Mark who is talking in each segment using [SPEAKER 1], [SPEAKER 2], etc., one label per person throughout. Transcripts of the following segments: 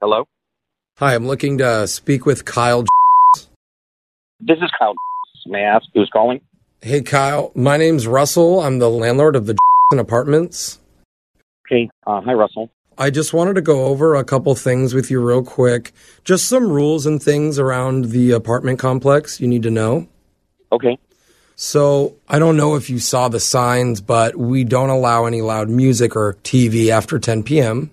[SPEAKER 1] Hello?
[SPEAKER 2] Hi, I'm looking to speak with Kyle.
[SPEAKER 1] This is Kyle. May I ask who's calling?
[SPEAKER 2] Hey, Kyle. My name's Russell. I'm the landlord of the Apartments.
[SPEAKER 1] Okay. Uh, hi, Russell.
[SPEAKER 2] I just wanted to go over a couple things with you real quick. Just some rules and things around the apartment complex you need to know.
[SPEAKER 1] Okay.
[SPEAKER 2] So, I don't know if you saw the signs, but we don't allow any loud music or TV after 10 p.m.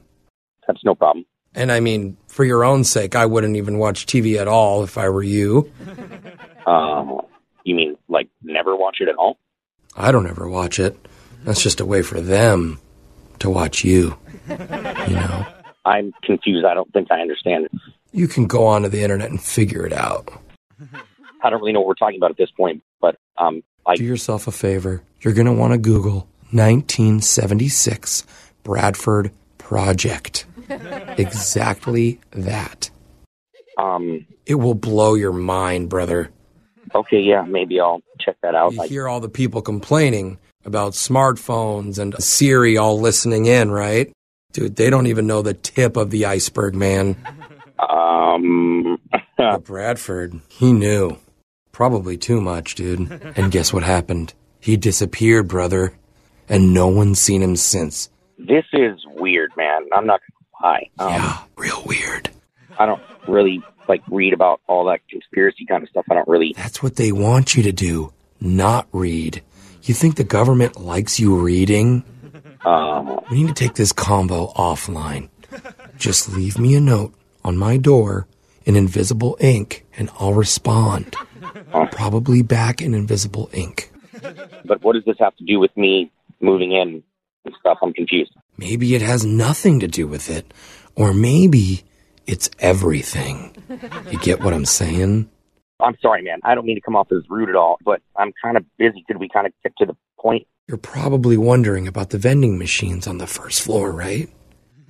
[SPEAKER 1] That's no problem.
[SPEAKER 2] And I mean, for your own sake, I wouldn't even watch TV at all if I were you.
[SPEAKER 1] Um, you mean, like, never watch it at all?
[SPEAKER 2] I don't ever watch it. That's just a way for them to watch you. You know,
[SPEAKER 1] I'm confused. I don't think I understand.
[SPEAKER 2] you can go onto the internet and figure it out.
[SPEAKER 1] I don't really know what we're talking about at this point, but um, I
[SPEAKER 2] Do yourself a favor. You're going to want to Google 1976 Bradford Project. exactly that.
[SPEAKER 1] um,
[SPEAKER 2] It will blow your mind, brother.
[SPEAKER 1] okay, yeah, maybe I'll check that out.
[SPEAKER 2] You
[SPEAKER 1] Like,
[SPEAKER 2] hear all the people complaining about smartphones and Siri all listening in, right? Dude, they don't even know the tip of the iceberg, man.
[SPEAKER 1] um,
[SPEAKER 2] But Bradford, he knew. Probably too much, dude. And guess what happened? He disappeared, brother. And no one's seen him since.
[SPEAKER 1] this is weird, man. I'm not gonna lie. Um,
[SPEAKER 2] Yeah, real weird.
[SPEAKER 1] I don't really like read about all that conspiracy kind of stuff. I don't really.
[SPEAKER 2] That's what they want you to do, not read. You think the government likes you reading?
[SPEAKER 1] Um,
[SPEAKER 2] We need to take this combo offline. Just leave me a note on my door in invisible ink and I'll respond. Probably back in invisible ink.
[SPEAKER 1] but what does this have to do with me moving in and stuff? I'm confused.
[SPEAKER 2] Maybe it has nothing to do with it, or maybe it's everything. You get what I'm saying?
[SPEAKER 1] I'm sorry, man. I don't mean to come off as rude at all, but I'm kind of busy. Could we kind of get to the point?
[SPEAKER 2] You're probably wondering about the vending machines on the first floor, right?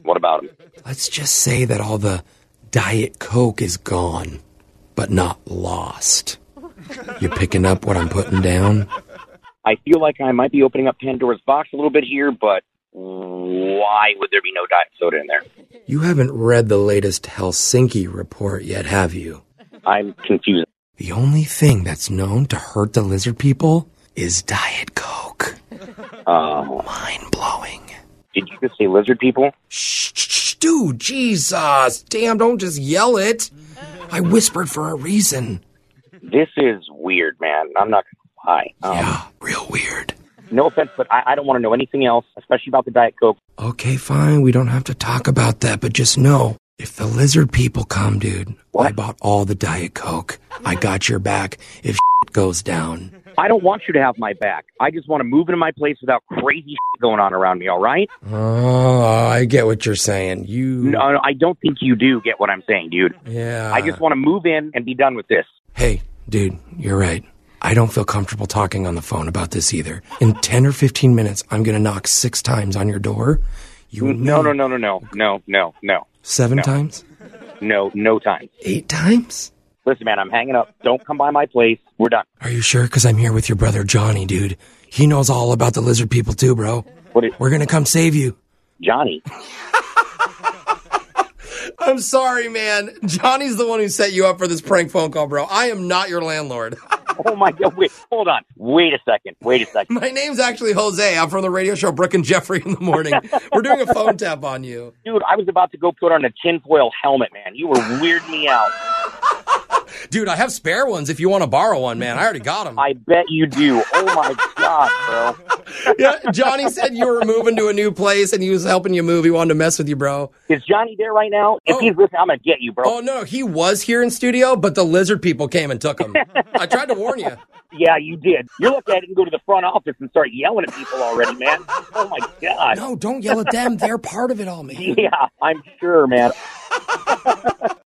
[SPEAKER 1] What about him?
[SPEAKER 2] Let's just say that all the Diet Coke is gone, but not lost. You picking up what I'm putting down?
[SPEAKER 1] I feel like I might be opening up Pandora's box a little bit here, but why would there be no diet soda in there?
[SPEAKER 2] You haven't read the latest Helsinki report yet, have you?
[SPEAKER 1] I'm confused.
[SPEAKER 2] The only thing that's known to hurt the lizard people is Diet Coke.
[SPEAKER 1] Uh,
[SPEAKER 2] Mind blowing.
[SPEAKER 1] did you just say lizard people?
[SPEAKER 2] Shh, shh, shh, dude, Jesus, damn, don't just yell it. I whispered for a reason.
[SPEAKER 1] This is weird, man. I'm not going to lie. Um,
[SPEAKER 2] yeah, real weird.
[SPEAKER 1] No offense, but I, I don't want to know anything else, especially about the Diet Coke.
[SPEAKER 2] Okay, fine, we don't have to talk about that, but just know if the lizard people come, dude, I
[SPEAKER 1] What?
[SPEAKER 2] bought all the Diet Coke. I got your back if goes down.
[SPEAKER 1] I don't want you to have my back. I just want to move into my place without crazy shit going on around me, all right?
[SPEAKER 2] Oh, I get what you're saying. You.
[SPEAKER 1] No, no, I don't think you do get what I'm saying, dude.
[SPEAKER 2] Yeah.
[SPEAKER 1] I just want to move in and be done with this.
[SPEAKER 2] Hey, dude, you're right. I don't feel comfortable talking on the phone about this either. In 10 or 15 minutes, I'm going to knock six times on your door. You and
[SPEAKER 1] No,
[SPEAKER 2] me,
[SPEAKER 1] no, no, no, no, no, no, no,
[SPEAKER 2] Seven times?
[SPEAKER 1] no, no time.
[SPEAKER 2] Eight times?
[SPEAKER 1] Listen, man, I'm hanging up. Don't come by my place. We're done.
[SPEAKER 2] Are you sure? Because I'm here with your brother, Johnny, dude. He knows all about the lizard people, too, bro.
[SPEAKER 1] What is
[SPEAKER 2] We're going to come save you.
[SPEAKER 1] Johnny?
[SPEAKER 2] I'm sorry, man. Johnny's the one who set you up for this prank phone call, bro. I am not your landlord.
[SPEAKER 1] Oh my God! Wait, hold on. Wait a second. Wait a second.
[SPEAKER 2] My name's actually Jose. I'm from the radio show Brooke and Jeffrey in the morning. We're doing a phone tap on you.
[SPEAKER 1] Dude, I was about to go put on a tinfoil helmet, man. You were weirding me out.
[SPEAKER 2] Dude, I have spare ones if you want to borrow one, man. I already got them.
[SPEAKER 1] I bet you do. Oh my God, bro.
[SPEAKER 2] yeah, Johnny said you were moving to a new place and he was helping you move. He wanted to mess with you, bro.
[SPEAKER 1] Is Johnny there right now? If
[SPEAKER 2] Oh.
[SPEAKER 1] he's listening, I'm going to get you, bro.
[SPEAKER 2] Oh no, he was here in studio, but the lizard people came and took him. I tried to warn you.
[SPEAKER 1] Yeah, you did. You're lucky I didn't go to the front office and start yelling at people already, man. Oh my God.
[SPEAKER 2] No, don't yell at them. They're part of it all, man.
[SPEAKER 1] Yeah, I'm sure, man.